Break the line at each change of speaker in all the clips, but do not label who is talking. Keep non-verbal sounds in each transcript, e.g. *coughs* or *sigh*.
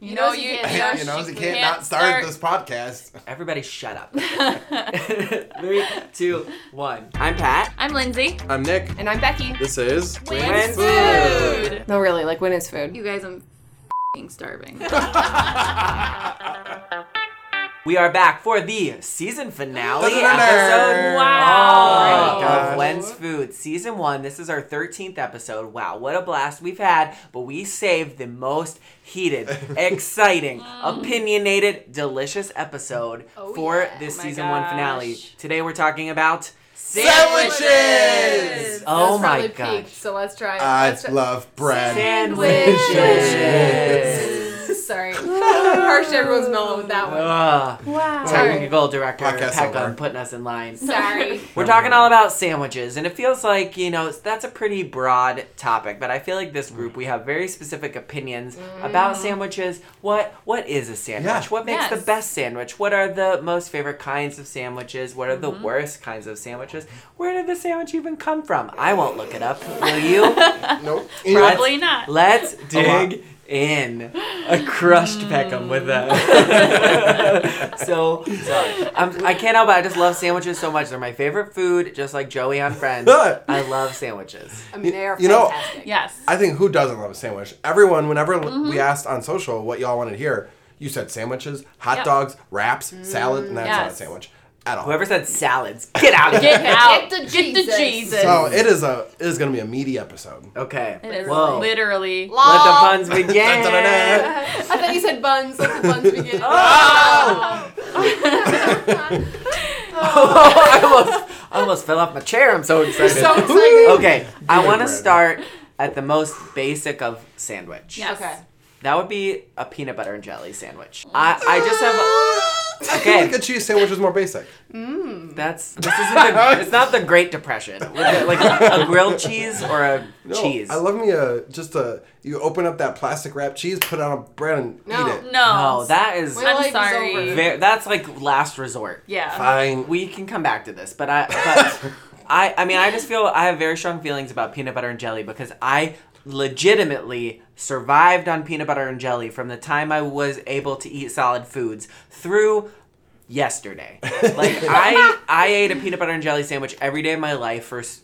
No,
you-
you,
Yeah,
can't.
you
know, you can't,
can't
not start, this podcast.
Everybody shut up. *laughs* Three, two, one.
I'm Pat.
I'm Lindsay.
I'm Nick.
And I'm Becky.
This is
*laughs*
When's
food?
No, really, like when is food?
You guys, I'm f***ing starving.
We are back for the season finale
Da-da-da-da.
episode.
Wow.
Oh my
of
gosh.
Lens Food Season 1. This is our 13th episode. Wow, what a blast we've had, but we saved the most heated, exciting, opinionated, delicious episode
Oh,
for
yeah.
this
Oh my
season 1 finale.
gosh.
Today we're talking about
Sandwiches!
Oh
That's
my
probably
gosh.
peaked, so let's try. it.
I
Let's try-
love bread.
Sandwiches.
*laughs* Sorry, harsh everyone's mellow with that
*laughs*
one.
Ugh.
Wow.
Technical director
Podcast
Peckham
over.
putting us in line.
Sorry.
We're talking all about sandwiches, and it feels like, you know, that's a pretty broad topic, but I feel like this group we have very specific opinions about sandwiches. What what is a sandwich?
Yeah.
What makes the
Yes.
best sandwich? What are the most favorite kinds of sandwiches? What are the worst kinds of sandwiches? Where did the sandwich even come from? I won't look it up, will you?
Nope.
Probably not.
Let's
lot.
dig in. A crushed Peckham with that. *laughs* so sorry. I'm, I can't help it. I just love sandwiches so much. They're my favorite food, just like Joey on *laughs* Friends. I love sandwiches.
I mean, they are
You know-
fantastic.
Yes.
I think who doesn't love a sandwich? Everyone, whenever l
Mm-hmm.
we asked on social what y'all wanted to hear, you said sandwiches, hot
Yep. Mm,
dogs, wraps, salad, and that's not a
Yes.
sandwich at all.
Whoever said salads, get out of here.
Get out.
Get the
Get the
Jesus.
Jesus.
so it is a it is gonna be a meaty episode.
Okay.
it is
Whoa. Let
literally.
the puns *laughs* begin.
Dun-dun-dun-dun.
I thought you said buns. Let the
*laughs*
buns begin.
Oh!
Oh,
Oh, I almost, I almost fell off my chair. I'm so excited.
*laughs*
So excited.
*laughs* okay, I
Good
want to
word.
start at the most basic of sandwich.
Yes.
Okay.
That would be a peanut butter and jelly sandwich. I, I just have.
*laughs* I feel
Okay.
like a cheese sandwich is more basic.
That's this
*laughs*
isn't. The, it's not the Great Depression. Like, like a grilled cheese or a
No,
cheese.
I love me a just a you open up that plastic wrap cheese, put it on a bread and
No.
eat it.
No.
no, Oh, that is
Wait,
I'm
Life is
sorry.
over.
ver- that's like last resort.
yeah.
Fine.
We can come back to this, but I.
*laughs*
But I. I mean, I just feel I have very strong feelings about peanut butter and jelly because I legitimately survived on peanut butter and jelly from the time I was able to eat solid foods through yesterday.
*laughs*
Like I I ate a peanut butter and jelly sandwich every day of my life for s-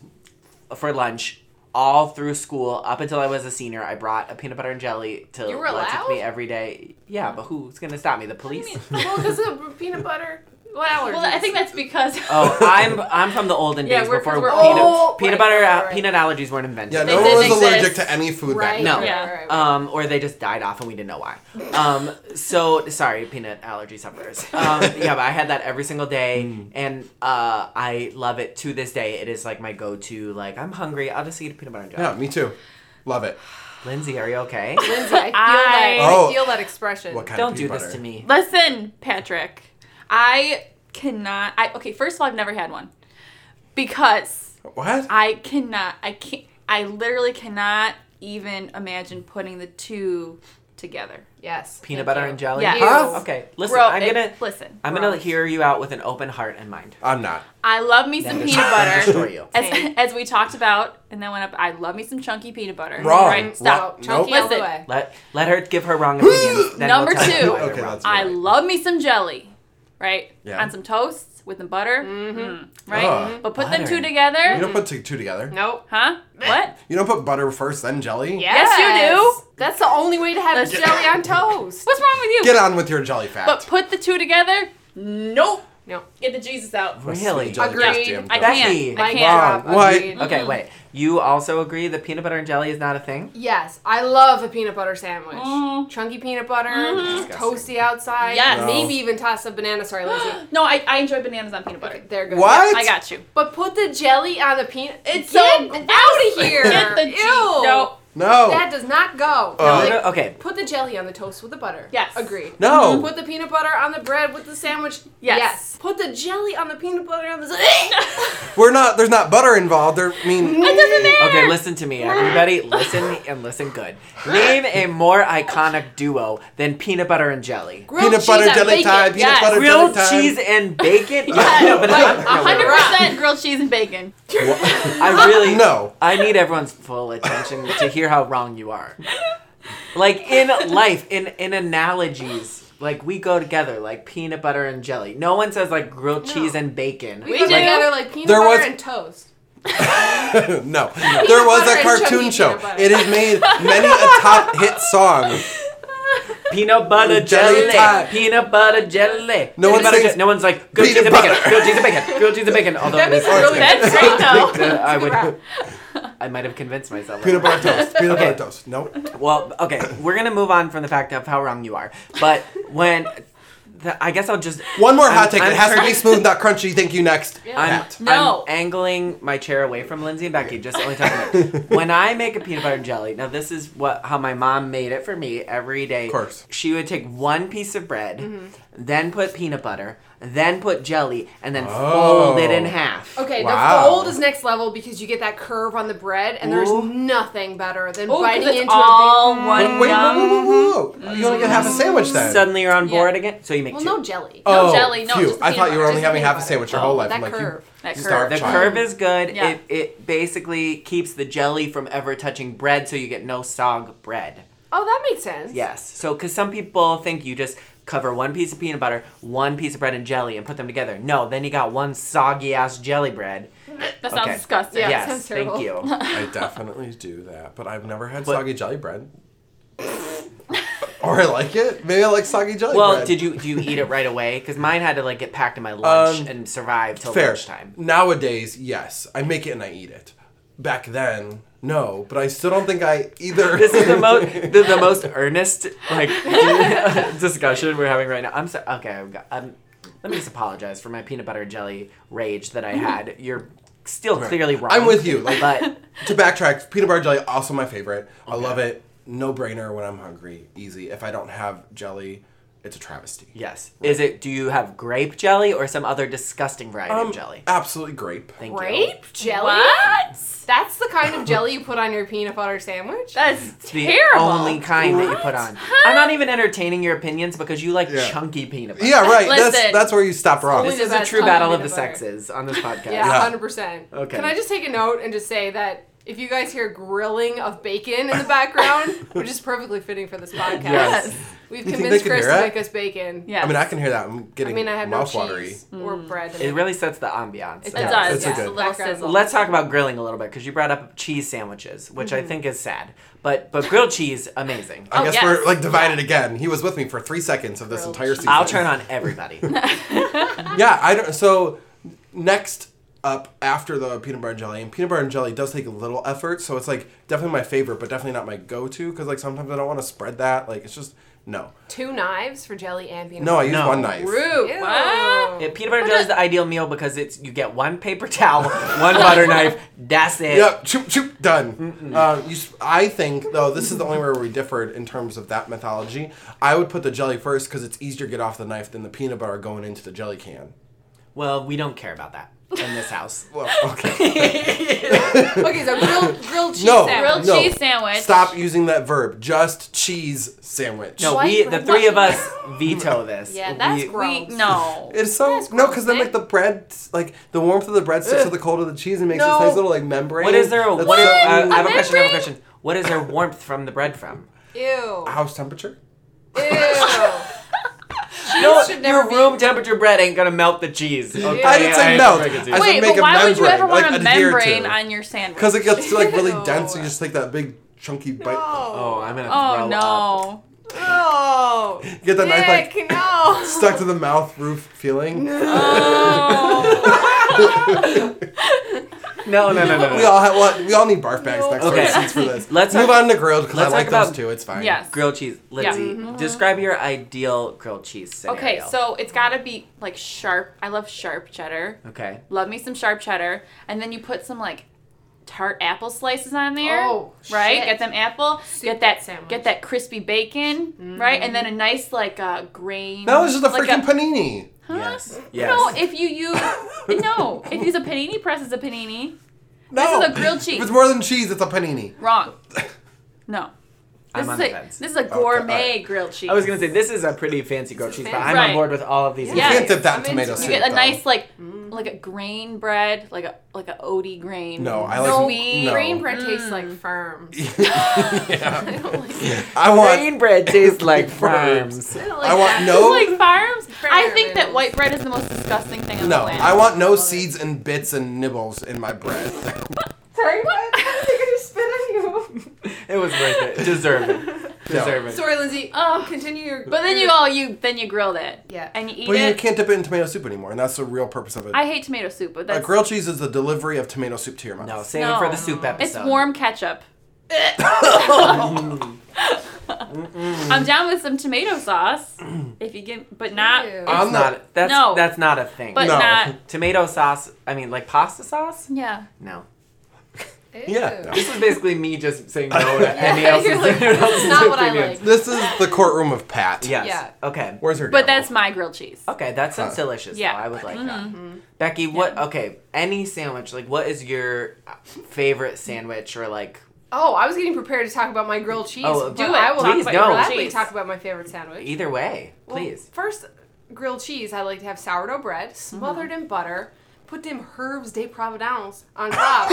for lunch all through school up until I was a senior. I brought a peanut butter and jelly to
You were
lunch with me
allowed?
every day. Yeah, but who's gonna stop me? The police.
Well, because of peanut butter. Well,
Well, I think that's because.
Oh, I'm I'm from the olden
Yeah,
days
we're-
before
'cause we're
peanut
old.
peanut
Right,
butter uh,
right, right.
peanut allergies weren't invented.
Yeah,
They
no one
didn't
was allergic
exist.
to any food
right.
back then.
No.
Yeah.
Right, right, right.
Um, or they just died off and we didn't know why. Um, so sorry, peanut allergy sufferers. Um, yeah, but I had that every single day,
Mm.
and uh, I love it to this day. It is like my go-to. Like I'm hungry, I'll just eat a peanut butter and jelly.
Yeah, me too. Love it.
Lindsay, are you okay?
Lindsay, I
I-
feel that.
Oh.
I feel that expression.
What kind
Don't
of
do
peanut
this
butter?
to me.
Listen, Patrick. I cannot. I okay. First of all, I've never had one because
What?
I cannot. I can't. I literally cannot even imagine putting the two together.
Yes.
Peanut
thank
butter
you.
and jelly.
Yeah.
Huh?
Okay, listen.
Bro,
I'm
it-
gonna
listen.
I'm
bro.
gonna hear you out with an open heart and mind.
I'm not.
I love me some
Then
peanut
destroy- then
butter.
Destroy you.
As,
Same.
as we talked about, and then went up. I love me some chunky peanut butter.
Wrong.
Right. Stop.
Wrong.
Chunky all the
Listen.
way.
Let let her give her wrong opinions. then
Number
we'll tell
two.
You why they're
Okay,
wrong.
that's-
I
Right.
love me some jelly, right?
Yeah.
On some toasts with some butter, mm-hmm. right?
Ugh.
But put them
Butter.
two together,
You don't put two, two together.
Nope.
huh? What?
You don't put butter first, then jelly.
Yes, you do.
That's the only way to have jelly
*laughs*
on toast.
What's wrong with you?
Get on with your jelly fact.
But put the two together? Nope.
No.
Get the Jesus out.
Must be
Really?
jelly
Agreed.
just jammed
I
up.
Becky.
can't. I
Mic
can't.
Wow. Why?
Agreed.
Okay, wait. You also agree that peanut butter and jelly is not a thing?
Yes, I love a peanut butter sandwich.
Mm.
Chunky peanut butter,
Mm-hmm.
Disgusting.
toasty outside.
Yes.
No.
Maybe even toss a banana. Sorry, Lindsay.
*gasps* No, I, I enjoy bananas on peanut butter.
They're good.
What?
I got you.
But put the jelly on the peanut.
It's so
Get out of
*laughs*
here.
Get the
Ew.
G. No.
No.
That does not go.
Oh. Uh,
No,
No,
like,
no, okay.
put the jelly on the toast with the butter.
Yes.
Agreed. Mm-hmm.
No.
Put the peanut butter on the bread with the sandwich.
Yes.
Put the jelly on the peanut butter
*laughs*
on the. *laughs*
We're not. There's not butter involved. There,
*laughs*
I mean,
It doesn't matter.
Okay, listen to me, everybody. Listen and listen good. Name a more iconic duo than peanut butter and jelly.
Grilled
peanut butter
cheese on
jelly
bacon.
time. Peanut
yes. *laughs*
butter
Grilled
jelly time.
cheese and
*laughs*
bacon?
Yes.
Yeah, but I'm- *laughs* no, wait, wait.
100% grilled cheese and bacon.
Wha-
I
*laughs*
really
No.
I need everyone's full attention to hear how wrong you are. like in life, in in analogies. Like we go together, like peanut butter and jelly. No one says like grilled cheese and bacon.
We
We
go
do.
together like peanut
There
butter
was-
and toast.
no, there was
butter
a
and
cartoon
chunky
show.
peanut butter.
It has made many a top hit song.
Peanut butter
Jelly
jelly.
time.
Peanut butter jelly.
No one
Peanut butter
sings
je- No one's like grilled cheese
peanut
and bacon.
butter.
Grilled cheese and bacon. Grilled cheese and bacon. Although
That'd be
it is-
really
That's
good.
great
I
though.
think that I
Rap.
would. *laughs* I might have convinced myself.
Peanut butter toast. Peanut
Okay.
butter toast. No.
*laughs* Well, okay, we're gonna move on from the fact of how wrong you are, but when the, I guess I'll just
One more
I'm-
hot take.
I'm
it has to
turning-
be smooth, not crunchy. Thank you. Next.
I'm,
Pat.
No.
I'm angling my chair away from Lindsay and Becky. Just only talking
*laughs*
about when I make a peanut butter and jelly. Now this is what how my mom made it for me every day. Of
course.
she would take one piece of bread, then put peanut butter, then put jelly, and then fold it in
Oh.
half.
Okay,
Wow.
the fold is next level because you get that curve on the bread, and there's
Ooh.
nothing better than
Oh,
biting
it's
into
all
a big.
one
Wait, wait, whoa,
yum.
whoa, whoa,
Mm.
whoa. You only get half a sandwich then.
Suddenly you're on
Yeah.
board again, so you make
Well,
two.
no jelly.
Oh, jelly, no,
phew.
just the
I thought
peanut
you were
butter.
only
Just
having
the
half a
peanut
sandwich your
butter.
whole
Oh,
life.
that
I'm like,
curve.
That
you
curve.
starved
The
child.
curve is good.
Yeah.
It it basically keeps the jelly from ever touching bread, so you get no sog bread.
Oh, that makes sense.
Yes. So, because some people think you just cover one piece of peanut butter, one piece of bread and jelly, and put them together. No, then you got one soggy ass jelly bread.
That sounds
Okay.
disgusting.
Yeah.
yes.
sounds
Thank
terrible.
you.
*laughs*
I definitely do that, but I've never had
But-
soggy jelly bread. or I like it. Maybe I like soggy jelly
well,
bread.
did you do you eat it right away? Because mine had to like get packed in my lunch
Um,
and survive till
Fair.
lunchtime.
Nowadays, yes, I make it and I eat it. Back then, no, but I still don't think I either.
This is the most the, the most earnest like *laughs* discussion we're having right now. I'm so okay. I've got, um, let me just apologize for my peanut butter and jelly rage that I had. You're still clearly wrong.
I'm with you, like-
but
to backtrack, peanut butter jelly also my favorite. I love it. No brainer when I'm hungry. Easy. If I don't have jelly, it's a travesty.
Yes. Is it? Do you have grape jelly or some other disgusting variety
Um,
of jelly?
Absolutely grape.
Thank you.
Grape jelly?
What?
That's the kind of jelly you put on your peanut butter sandwich?
That's
It's the
terrible.
only kind that you put on. I'm not even entertaining your opinions because you like
Yeah.
chunky peanut butter.
Uh,
Yeah, right.
Listen.
That's that's where you stop wrong.
Only
This
the
is a
best
true
kind
battle of
of
the
peanut butter.
sexes on this
*laughs*
podcast.
Yeah,
Yeah.
100%.
Okay.
Can I just take a note and just say that if you guys hear grilling of bacon in the background, which is perfectly fitting for this podcast,
Yes.
we've
think they
convinced
can
Chris
hear
to
that?
make us bacon.
Yes.
I mean, I can hear that. I'm
I
getting
mean, I have no
mouth watery.
cheese or
Mm.
bread. in
It
it.
really sets the ambiance.
It
It
Yeah.
does.
It's
yes.
okay.
A little
Background.
sizzle.
Let's talk about grilling a little bit because you brought up cheese sandwiches, which
Mm-hmm.
I think is sad. But but grilled cheese, amazing.
I
Oh,
guess
yes.
we're like divided again. He was with me for three seconds of this
Grilled
entire
cheese.
season.
I'll turn on
*laughs*
everybody.
Yeah, I don't. So next up after the peanut butter and jelly, and peanut butter and jelly does take a little effort. So it's like definitely my favorite, but definitely not my go-to because like sometimes I don't want to spread that. Like it's just no,
Two knives for jelly and peanut
no. I
butter.
use
No.
one knife.
Rude.
Ew.
What?
Yeah, peanut butter and jelly is the ideal meal because it's you get one paper
*laughs*
towel, one butter knife. That's it.
Yep, choop choop, done. Um, you, s- I think though this is the only where we differed in terms of that mythology. I would put the jelly first because it's easier to get off the knife than the peanut butter going into the
*laughs*
jelly can.
Well, we don't care about that in this *laughs* house.
Well, okay,
Okay, so grilled, grilled cheese
No.
sandwich.
Grilled
No.
cheese sandwich.
stop using that verb. Just cheese sandwich.
No,
Why-
we the three of us
*laughs*
veto this.
Yeah, that's
We-
gross.
We no.
It's so
That's
no, because then
gross,
like the bread, like the warmth of the bread sticks to
Ugh.
the cold of the cheese and makes
No.
this nice little like membrane.
What is there? A,
That's
what is,
so-
uh, I have a
Remember?
question. I have a question. What is there warmth from the bread from?
Ew.
house temperature?
Ew.
No,
should
your
never be-
room temperature bread ain't gonna melt the cheese. Okay,
I didn't say
I-
melt.
I can see
I
it.
said
Wait,
make
but
a
why would you
membrane,
ever want
like
a
adhere to.
membrane on your sandwich?
Because it gets like
*laughs*
really
Ew.
dense, and you just like that big chunky bite.
oh, I'm gonna.
Oh
throw Up.
*laughs*
no.
Oh,
Get that knife, like,
Dick, no. *laughs*
Stuck to the mouth roof feeling.
*laughs* Oh.
*laughs*
No, no, no, no. no.
We all have well, we all need barf bags next
Okay.
okay. since for this.
*laughs* Let's
move
talk-
on to grilled because I
let's
like
talk
those
about-
too. It's fine.
yes. Mm-hmm.
Grilled cheese, Lindsay. Describe your ideal grilled cheese scenario.
Okay, so it's gotta be like sharp. I love sharp cheddar.
Okay.
Love me some sharp cheddar, and then you put some like tart apple slices on there.
Oh,
right.
shit.
Get them apple. get that
sandwich. Mm-hmm.
Get that crispy bacon. Right, and then a nice like uh, grain.
That was just a
like
freaking
*laughs*
panini.
huh?
Yes. Yes.
No, if you
*laughs*
use no, if you use a panini press, it's a panini.
No,
This is a grilled
If
cheese.
*laughs* it's more than cheese, it's a panini.
Wrong. No. This
I'm on
is
the
a
fence.
this is a
all right.
gourmet grilled cheese.
I was gonna say this is a pretty fancy grilled cheese, but I'm
Right.
on board with all of these.
Yeah.
You
*laughs*
can't dip
I'm
that in tomato
into it.
You
soup.
get a
though.
nice like like a grain bread, like a like a oaty grain.
No, I like-
No,
sweet.
no.
grain bread tastes like firm. I
*laughs* yeah.
don't like
*laughs*
it.
I want.
Grain bread tastes *laughs* like
Worms.
farms.
I don't like
I want
that.
*laughs*
no.
like farms. I
Fair
think that
enough.
white bread is the most disgusting thing on
No,
the planet.
I want no seeds and bits and nibbles in my bread.
*laughs*
*laughs*
Sorry, what? I think I just spit on you.
*laughs* It was worth it. Deserve it. Deserve it.
*laughs* Sorry, Lindsay. Oh, continue your.
But then you all you then you grilled it.
Yeah.
And you eat
But
it.
you can't dip it in tomato soup anymore, and that's the real purpose of it.
I hate tomato soup, but
A
that's
grilled cheese is the delivery of tomato soup to your mouth.
No, save it for the soup
it's
episode.
warm
*laughs*
ketchup. I'm down with some tomato sauce if you get, but not
Ew.
It's
I'm
not.
not-
that's
No.
that's not a thing.
but
No.
not
tomato sauce. I mean, like pasta sauce.
yeah.
No.
Yeah,
*laughs*
no.
This is basically me just saying no *laughs* to any
Yeah, *laughs*
else.
you're like,
anyone
this is
else's
not what I
opinions.
like.
This is the courtroom of Pat.
Yes.
Yeah.
Okay.
Where's her?
But
gavel?
that's my grilled cheese.
Okay, that sounds
Huh.
delicious. Yeah,
Yeah.
I would like
Mm-hmm.
that. Becky, what? Okay, any sandwich. Like, what is your favorite sandwich or like?
Oh, I was getting prepared to talk about my grilled cheese.
Oh,
but
do it.
I will
Please
talk about,
don't.
gladly
Cheese.
talk about my favorite sandwich.
Either way,
Well,
please.
first, grilled cheese. I like to have sourdough bread smothered
Mm-hmm.
in butter. Put them herbs de Providence on
*laughs*
top.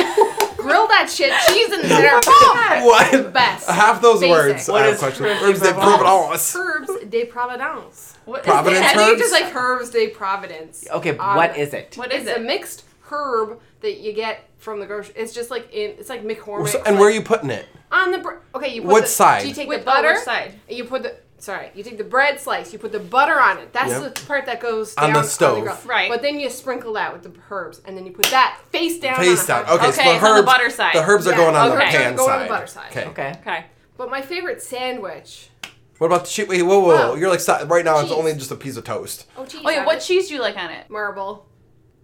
Grill that shit. Cheese in the center. Oh,
what?
Best.
Half those
Basic.
words.
What
I have
is
questions.
Herb de
Herbs de
Provence?
Herbs
Provence.
de Providence. What is
Providence
it? I think it's
herbs?
just like herbs de Providence.
Okay,
Um,
what is it?
What is
it's a
it?
mixed herb that you get from the grocery. It's just like in. It's like McCormick.
And where are
like,
you putting it?
on the br- okay? You put
What
the,
side?
Do you take
With
the butter?
which side?
And you put the sorry. You take the bread slice. You put the butter on it. That's
Yep.
the part that goes
On
down
the stove.
grill.
Right.
But then you sprinkle that with the herbs, and then you put that face down.
Face
Uh-huh. on
down.
a herb.
Okay, so
Okay,
the
it's on the
herbs.
butter side.
The herbs are
Yeah,
going on
okay.
the
They're
pan
going on
side.
the butter side.
Okay.
okay.
Okay.
But my favorite sandwich.
What about the cheese? Wait, whoa, whoa, whoa.
Wow.
You're like stop. right now. It's
Cheese.
only just a piece of toast.
Oh, cheese.
Oh yeah,
on
what
it.
cheese do you like on it?
Marble.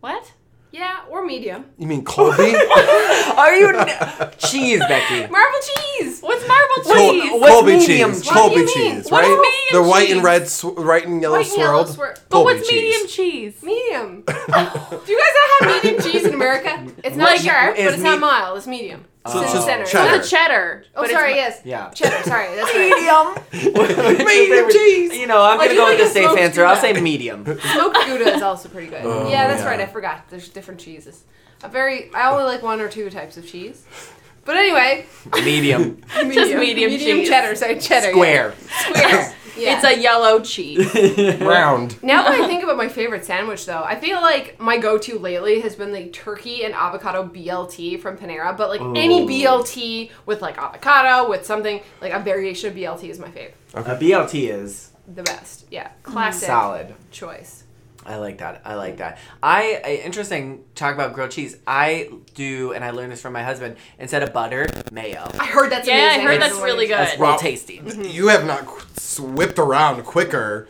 What?
Yeah, or medium.
You mean Colby?
Are you n- *laughs* cheese,
*laughs*
Becky?
Marble cheese.
What's marble
Col-
cheese?
what- What's
Colby
medium
cheese.
cheese?
What do
Colby
you mean?
cheese,
What
is
right?
medium
They're white and
cheese?
red, sw- right and yellow
White and yellow
swirled.
swir-
but
Colby
what's
cheese. *laughs*
medium cheese?
Medium. Do you guys not have medium cheese in America? It's not
Like,
sharp,
is
but it's not
me-
mild. It's medium. It's
So
in
it's
the
just
center.
Uh, cheddar.
It's a cheddar.
Oh,
but it's
sorry.
ma-
Yes.
Yeah.
Cheddar. Sorry.
*laughs*
That's right.
Medium.
Medium cheese.
You know, I'm
Like,
gonna
you
go
like
with
a
the safe
smoked
answer. I'll
Gouda.
say
*laughs*
medium.
Smoked Gouda is also pretty good.
Oh,
yeah, that's
yeah.
right. I forgot. There's different cheeses. A very. I only like one or two types of cheese. But anyway,
Medium.
medium,
medium cheese.
cheddar. Sorry, cheddar. yeah.
Square.
Square. Yeah.
It's a yellow
*laughs*
cheese.
Round.
Now *laughs* that I think about my favorite sandwich, though, I feel like my go-to lately has been the turkey and avocado BLT from Panera. But like
Oh.
any BLT with like avocado with something like a variation of BLT is my favorite,
A BLT is
the best. Yeah, classic
solid.
choice.
I like that. I like that. I, I interesting talk about grilled cheese. I do, and I learned this from my husband. Instead of butter, mayo.
I heard that's
Yeah, I
amazing.
heard
don't
that's
know what
really
it is.
good.
That's real tasty.
You have not qu- s- whipped around quicker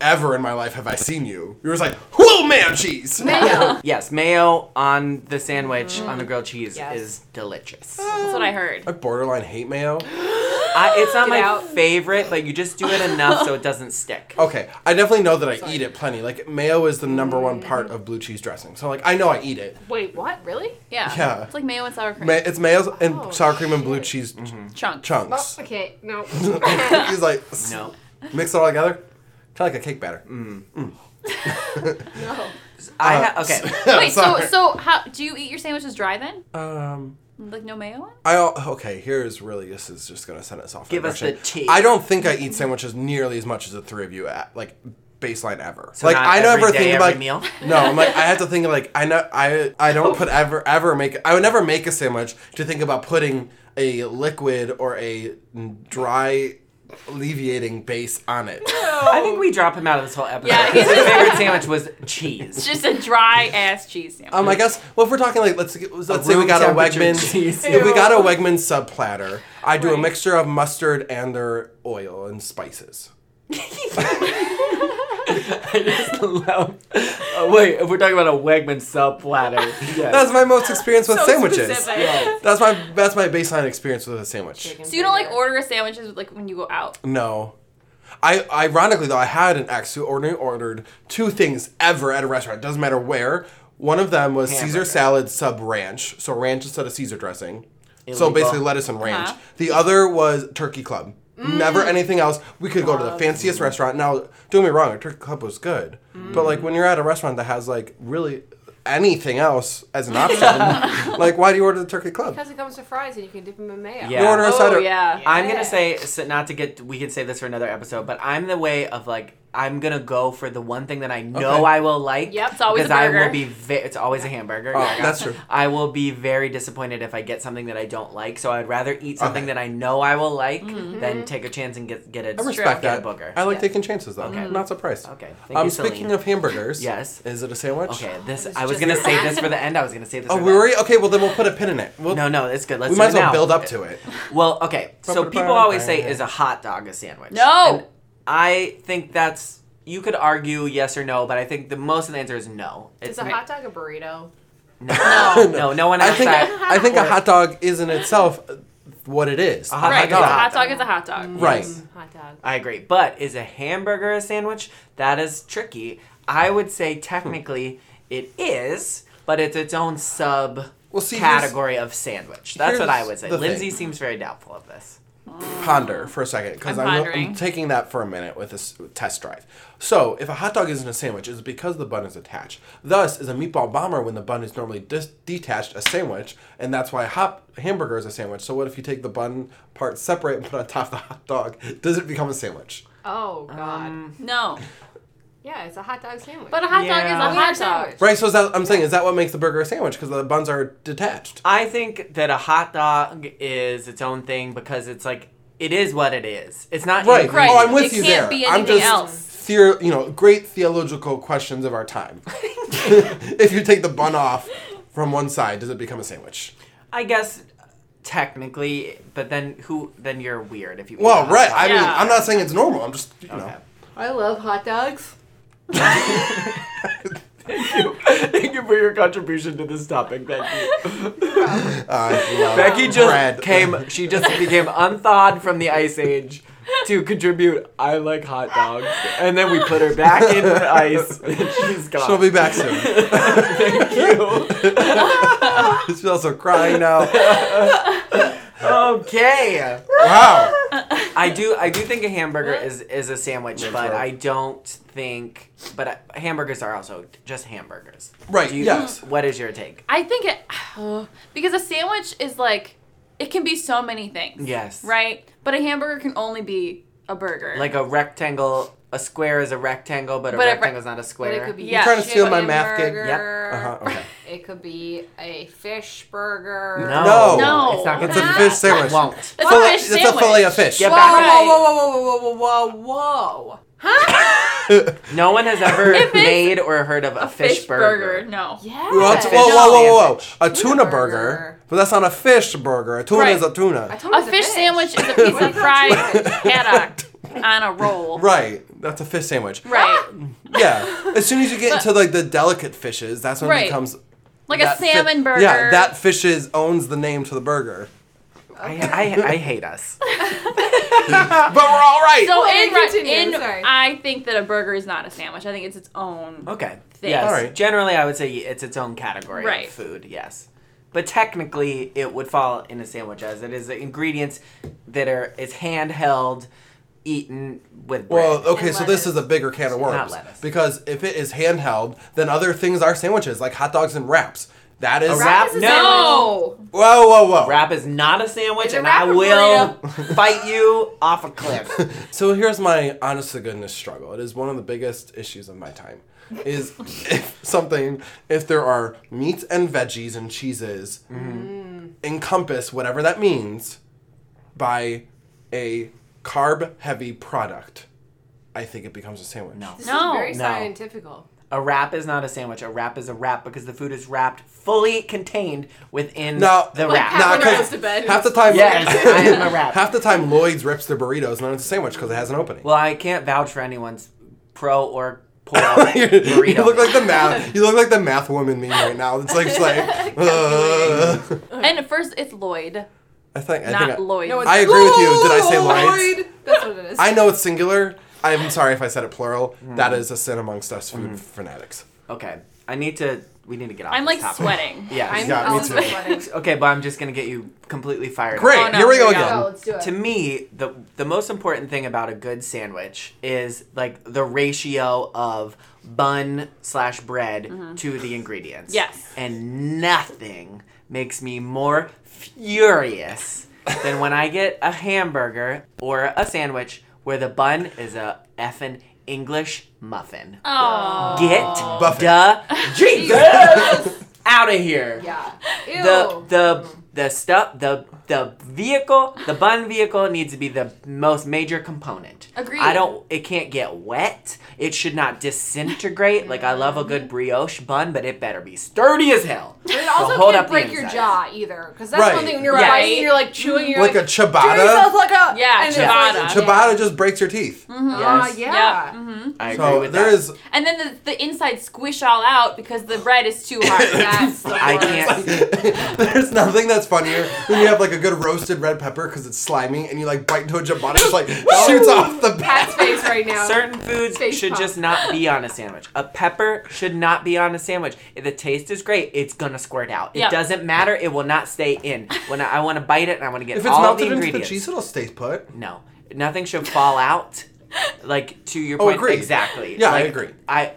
ever in my life have I seen you. You were just like, whoa, man, cheese.
Mayo.
Yes, mayo on the sandwich on the grilled cheese
Yes.
is
*laughs*
delicious.
That's what I heard.
I *laughs* borderline hate mayo.
I, it's not
Get
my
out.
favorite, but you just do it enough so it doesn't stick.
Okay, I definitely know that I eat it plenty. Like mayo is the number one part of blue cheese dressing, so like I know I eat it.
Wait, what? Really?
Yeah.
Yeah.
It's like mayo and sour cream.
Ma- it's mayo and
Oh,
sour cream and blue cheese
Mm-hmm.
Chunks.
Oh,
chunks.
okay. *laughs*
*laughs*
No.
*laughs* He's like,
No.
mix it all together, kind of like a cake batter.
no.
I
Uh, *laughs*
ha- okay.
Wait,
*laughs*
so
Sorry.
so how do you eat your sandwiches dry then?
Um,
Like no mayo on?
I al- okay. Here's really this is just gonna send us off. in a
Give us
direction.
the tea.
I don't think I eat sandwiches nearly as much as the three of you at like baseline ever.
So
like
not
I never
every day,
think
every
about
meal?
*laughs* No, I'm like I have to think of like I know I I don't put ever ever make I would never make a sandwich to think about putting a liquid or a dry alleviating base on it.
I think we drop him out of this whole episode.
Yeah,
his
he's-
favorite sandwich was cheese.
It's just a dry ass cheese sandwich.
Um, I guess. Well, if we're talking like let's let's say we
room
got a
temperature
Wegmans. *laughs*
cheese.
If we
Ew.
got a Wegmans sub platter, I do a
Right.
mixture of mustard and their oil and spices.
*laughs*
*laughs*
I just love. Oh, wait, if we're talking about a Wegman sub platter, *laughs* yes.
That's my most experience with
So
sandwiches.
specific.
Yes.
That's my that's my baseline experience with a sandwich.
So you don't like order sandwiches like when you go out.
No. I ironically though I had an ex who ordered ordered two things ever at a restaurant. Doesn't matter where. One of them was Caesar
Hamburger.
salad sub ranch, so ranch instead of Caesar dressing.
Illegal.
So basically lettuce and ranch.
Uh-huh. Mm.
The other was turkey club. Never anything else. We could go to the fanciest restaurant. Now, don't get me wrong, a turkey club was good.
Mm.
But like when you're at a restaurant that has like really anything else as
*laughs*
an option, like why do you order the turkey club?
Because it comes to fries and you can dip them in mayo.
Yeah.
You order a
Oh,
cider.
yeah.
I'm
Yeah.
gonna say so not to get we can save this for another episode, but I'm the way of like I'm gonna go for the one thing that I know
Okay.
I will like.
Yep, it's always a
because I
burger.
will be ve- it's always a hamburger.
Oh,
Yeah, I got-
that's true.
I will be very disappointed if I get something that I don't like. So I'd rather eat something
Okay.
that I know I will like
Mm-hmm.
than take a chance and get get a,
I respect
get a
that.
booger.
I like
Yeah.
taking chances though. I'm not surprised.
okay. Thank
Um,
you,
speaking
Celine.
of hamburgers,
Yes.
is it a sandwich?
Okay, this
It's
I was
just
gonna
a
save
bad-
this for the end. I was gonna save this.
Oh,
for
we
the
were
end.
okay. Well, then we'll put a pin in it. We'll,
No, no, it's good. Let's
we
do
might
it
as well
now.
build up to it.
Well, okay. So people always say is a hot dog a sandwich?
No.
And I think that's you could argue yes or no, but I think the most of the answer is no.
Is a
ma- *laughs*
hot dog a burrito?
no, no, no, one
I
asked
*laughs*
think
that.
I think a hot dog is in itself what it is.
A hot
right.
dog.
A hot dog is a hot dog.
Right.
Mm, hot dog.
I agree, but is a hamburger a sandwich? That is tricky. I would say technically it is, but it's its own sub
Well, see, here's-
category of sandwich. That's what
here's
I would say.
the thing.
Lindsay seems very doubtful of this.
ponder for a second because
I'm
I'm, I'm,
pondering.
taking that for a minute with this test drive. So, if a hot dog isn't a sandwich, it's because the bun is attached. Thus, is a meatball bomber when the bun is normally dis- detached a sandwich, and that's why hot hamburger is a sandwich. So, what if you take the bun part separate and put it on top of the hot dog? Does it become a sandwich?
Oh god.
Um,
No.
yeah, it's a hot dog sandwich.
But a hot
Yeah.
dog is a hot dog.
Right. So, is that, I'm saying is that what makes the burger a sandwich because the buns are detached?
I think that a hot dog is its own thing because it's like it is what it is. It's not
Right.
Right.
Oh, I'm with
It
you
can't
there.
be
I'm
anything
just
else.
Theor- you know, great theological questions of our time. *laughs* if you take the bun off from one side, does it become a sandwich?
I guess technically, but then who? Then you're weird if you. eat a
Well,
hot
right.
dog.
I mean,
Yeah.
I'm not saying it's normal. I'm just, you know.
I love hot dogs.
Okay. *laughs* Thank you for your contribution to this topic, Becky.
I love
*laughs* Becky just
uh, bread.
came. She just became unthawed from the ice age to contribute. I like hot dogs, and then we put her back in *laughs* the ice. And she's
*laughs*
gone.
She'll be back soon.
*laughs* Thank
*laughs*
you.
She's also crying now.
*laughs* Okay.
*laughs*
Wow.
I do. I do think a hamburger is is a sandwich, but
sure.
I don't think. But uh, hamburgers are also just hamburgers.
Right,
Do you-
yes.
What is your take?
I think it *sighs* because a sandwich is like it can be so many things.
Yes.
Right? But a hamburger can only be a burger.
Like a rectangle. A square is a rectangle, but a
But a re-
rectangle's not a square.
But it could be
Yeah.
trying to steal my math gig?
hamburger.
Yep.
Uh-huh, okay.
It could be a fish burger.
No.
No.
It's not. gonna
It's a
be.
fish sandwich.
It won't.
That's
Fillet-
a
it's
fish
a fillet of
sandwich.
fish.
Get
Whoa,
back.
whoa, whoa, whoa, whoa, whoa, whoa, whoa.
No one has ever
If it's
made or heard of a, fish, burger.
No.
Yeah.
Well, that's-
Fish
whoa, whoa, whoa, whoa,
sandwich.
whoa. A tuna
Tuna
burger.
burger.
But that's not a fish burger. A tuna
Right.
is a
I
tuna.
told you
A
it's
fish sandwich is a
*laughs*
piece of fried haddock on a roll.
Right. That's a fish sandwich.
Right.
Yeah. As soon as you get into like the delicate fishes, that's when
Right.
it becomes
Like a
that fi-
salmon burger.
Yeah, that fishes owns the name to the burger.
I, I, I hate us.
But we're all right.
So
Okay,
in, re-
continue,
in
sorry.
I think that a burger is not a sandwich. I think it's its own.
Okay.
Thing.
Yes.
All right.
Generally, I would say it's its own category
Right.
of food. Yes. But technically, it would fall in a sandwich as it is the ingredients that are it's handheld, eaten with bread.
Well, okay,
And
so this
lettuce.
is a bigger can of worms.
lettuce.
Because if it is handheld, then other things are sandwiches, like hot dogs and wraps. That is.
wrap-
Wrap is a
No.
sandwich.
Whoa, whoa, whoa.
Wrap is not a sandwich,
Is a
and
wrap
I
a
will *laughs* fight you off a cliff.
*laughs* So here's my honest to goodness struggle. It is one of the biggest issues of my time.
*laughs*
Is if something, if there are meats and veggies and cheeses,
Mm.
encompass whatever that means by a carb heavy product, I think it becomes a sandwich.
No.
This
No.
is very
No.
scientifical.
A wrap is not a sandwich. A wrap is a wrap because the food is wrapped fully contained within
No,
the
no,
wrap.
half an
'cause
hour goes to bed.
Half the time,
Yes, I
*laughs*
am a wrap.
Half the time, Lloyd's rips their burritos, and then it's a sandwich because it has an opening.
Well, I can't vouch for anyone's pro or poor
*laughs*
burrito.
you look like the math. You look like the math woman meme right now. It's like, it's like.
*laughs*
uh,
And at first it's Lloyd,
I think. I think I-
not Lloyd.
No, it's
I agree with you. Did I say Lloyd's?
Lloyd? That's what it is.
I know it's
Hmm.
singular. I'm sorry if I said it plural. That is a sin amongst us food fanatics.
Okay. I need to. We need to get off.
I'm
this
like
topic.
sweating.
*laughs* Yeah.
I'm
Yeah, me
also
too.
sweating.
Okay, but I'm just gonna get you completely fired. up.
Great.
Oh, no,
Here we
here
go
we go.
again.
Oh, let's do it.
To me, the the most important thing about a good sandwich is like the ratio of bun slash bread to the ingredients.
Mm-hmm. Yes.
And nothing makes me more furious than when I get a hamburger or a sandwich where the bun is a effing English muffin.
Oh.
Get
Buffet.
the
*laughs*
Jesus out of here
yeah. Ew.
the the the stuff the the vehicle the bun vehicle needs to be the most major component
Agreed.
i don't it can't get wet it should not disintegrate like i love a good brioche bun but it better be sturdy as hell
Mm-hmm. but it also
So hold
can't
up the
break your
inside.
jaw either, because that's
Right.
one thing when you're
Yeah.
biting, you're like chewing, you're
Like
like,
a
"Chew yourself
ciabatta.
like a
Yeah,
and it's like-
ciabatta.
Ciabatta just breaks your teeth.
Mm-hmm.
Ah,
Yes.
yeah.
Yep. Mhm.
i agree
So
with
there
that
is. *laughs*
And then the, the inside squish all out because the bread is too
*laughs*
hard. That's the
I
worst.
can't-
There's nothing that's funnier when you have like a good roasted red pepper because it's slimy and you like bite into a ciabatta, just
*laughs*
like shoots off the back.
Pat's face right now.
certain foods
Face
should
palm.
just not be on a sandwich a pepper should not be on a sandwich if the taste is great it's gonna squirt out it
Yep.
doesn't matter it will not stay in when i, I want to bite it and i want to get
If it's
all of the
melted into the
ingredients
cheese, it'll stay put.
No, nothing should fall out. Like to your
Oh,
point,
agreed.
exactly.
Yeah, I
Like,
agree.
I,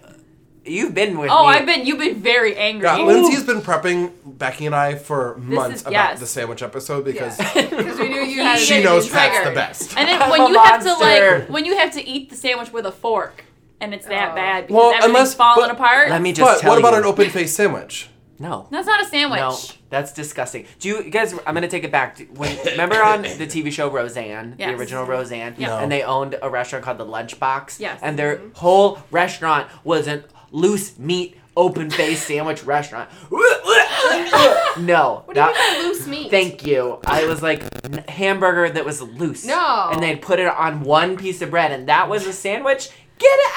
you've been with
Oh,
me.
I've been. You've been very angry.
Yeah, Lindsay's been prepping Becky and I for months
is-
about
yes.
the sandwich episode because
Because we knew you
Yeah,
had
yeah,
she
you
knows
triggered.
Pat's the best.
And then when you have to
Monster.
like when you have to eat the sandwich with a fork, and it's that
Oh.
bad because
Well,
everything's
unless-
falling
but-
apart.
Let me just
But
tell
what about
you.
an open face sandwich?
No.
That's not a sandwich.
No, that's disgusting. Do you, you guys? I'm gonna take it back. Do- When, remember on the TV show Roseanne, the
Yes.
original Roseanne,
Yeah. No.
and they owned a restaurant called the Lunchbox.
Yes.
And their
Mm-hmm.
whole restaurant was a loose meat, open face sandwich restaurant. *laughs* no,
What do you
that-
mean by loose meat?
Thank you. I was like n- hamburger that was loose.
No.
And they'd put it on one piece of bread, and that was a sandwich. Get it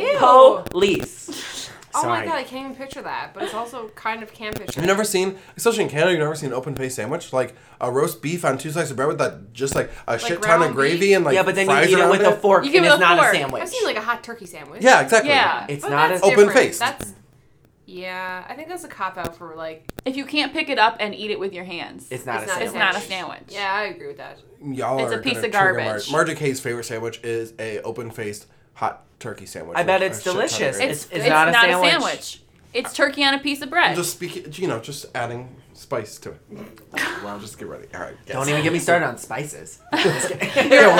No.
Ew.
Police.
Oh my
Sorry.
god, I can't even picture that, but it's also kind of can picture.
Have you never seen, especially in Canada, you've never seen an open face sandwich? Like a roast beef on two slices of bread with that, just like a shit ton of
ground
gravy
beef?
and like
yeah, but then
fries
you eat it
around
with a fork,
You
and
give it
it's
a
not
fork.
a sandwich.
I've seen like a hot turkey sandwich.
Yeah, exactly.
Yeah.
It's
But
not
that's
a-
different.
Open-faced.
That's yeah. I think that's a cop out for like
If you can't pick it up and eat it with your hands,
It's not
It's
a
it's not
not a
sandwich.
a sandwich.
yeah. I agree with that.
Y'all
It's
are
a piece
gonna
of
trigger
garbage.
Mar- Marja Kay's favorite sandwich is a open faced hot turkey sandwich.
I bet
with a
it's
shit ton of
delicious.
gravy.
It's- not a sandwich.
It's turkey on a piece of bread.
just speak, you know, just adding spice to it. well, just get ready. All right. yes.
Don't even get me started
*laughs*
on spices. Just kidding.
Your
Yeah, *laughs* what-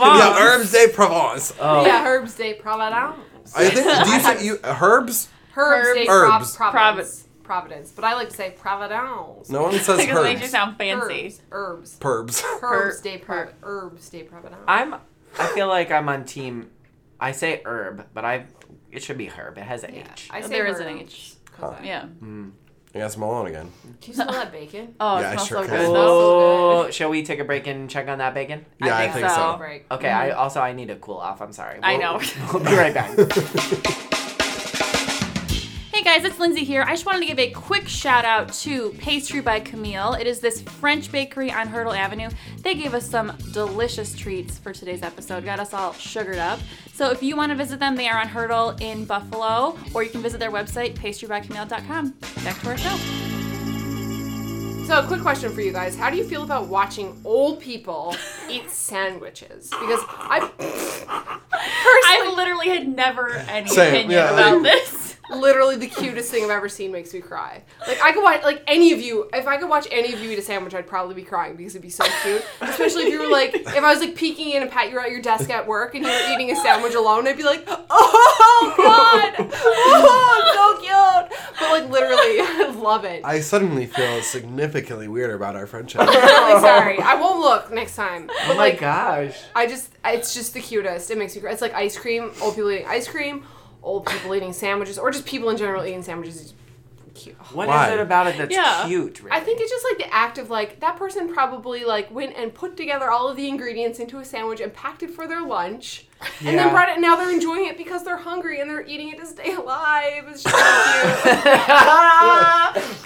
what do
herbs
you-
de Provence.
Yeah, herbs de Provence.
Oh.
Yeah, herbs de Providence.
I think
*laughs*
do you say you herbs?
Herbs, de
Herbs.
Pro-
Providence.
Providence. Providence. But I like to say Providence.
No one
*laughs* *laughs*
says
Because it makes you
herbs.
sound fancy.
Herbs. Herbs.
Herbs.
Herbs
Per-
de
per-
Pro- Herbs de Providence.
I'm. I feel like I'm on team. I say herb, but I. It should be herb. It has an
Yeah,
H.
I say
Oh, There is
herbs.
an H.
'cause I-
Yeah.
I guess Malone again.
Can you smell
*laughs*
that bacon?
Oh,
Yeah,
it
I
smells
sure
so
can.
good. though.
Oh, shall we take a break and check on that bacon?
Yeah, I
think
think
so.
so.
Break.
Okay. I also I need to cool off. I'm sorry.
Mm-hmm. I
We'll-
know.
*laughs* We'll be
*laughs*
right back.
Hey guys, it's Lindsay here. I just wanted to give a quick shout out to Pastry by Camille. It is this French bakery on Hurdle Avenue. They gave us some delicious treats for today's episode, got us all sugared up. So if you want to visit them, they are on Hurdle in Buffalo, or you can visit their website, pastrybycamille.com. Back to our show.
So, a quick question for you guys: How do you feel about watching old
*laughs*
people eat sandwiches? Because I
I literally had never any
Same,
opinion
yeah,
about
like-
this.
literally the cutest thing I've ever seen makes me cry. Like I could watch like any of you. If I could watch any of you eat a sandwich, I'd probably be crying because it'd be so cute. Especially if you were like, if I was like peeking in and Pat, you were at your desk at work and you were eating a sandwich alone, I'd be like, oh god, oh, so cute. But like literally, *laughs* I love it.
*laughs* I suddenly feel significantly weirder about our
*laughs*
friendship.
really sorry. I won't look next time. But
Oh my
like,
gosh.
I just, it's just the cutest. It makes me cry. It's like ice cream, old people eating ice cream, old people eating sandwiches, or just people in general eating sandwiches. is Cute.
What is
Why?
it about it that's
Yeah.
cute? Really?
I think it's just like the act of like that person probably like went and put together all of the ingredients into a sandwich and packed it for their lunch, and
Yeah.
then brought it. And now they're enjoying it because they're hungry and they're eating it to stay alive. It's just so cute.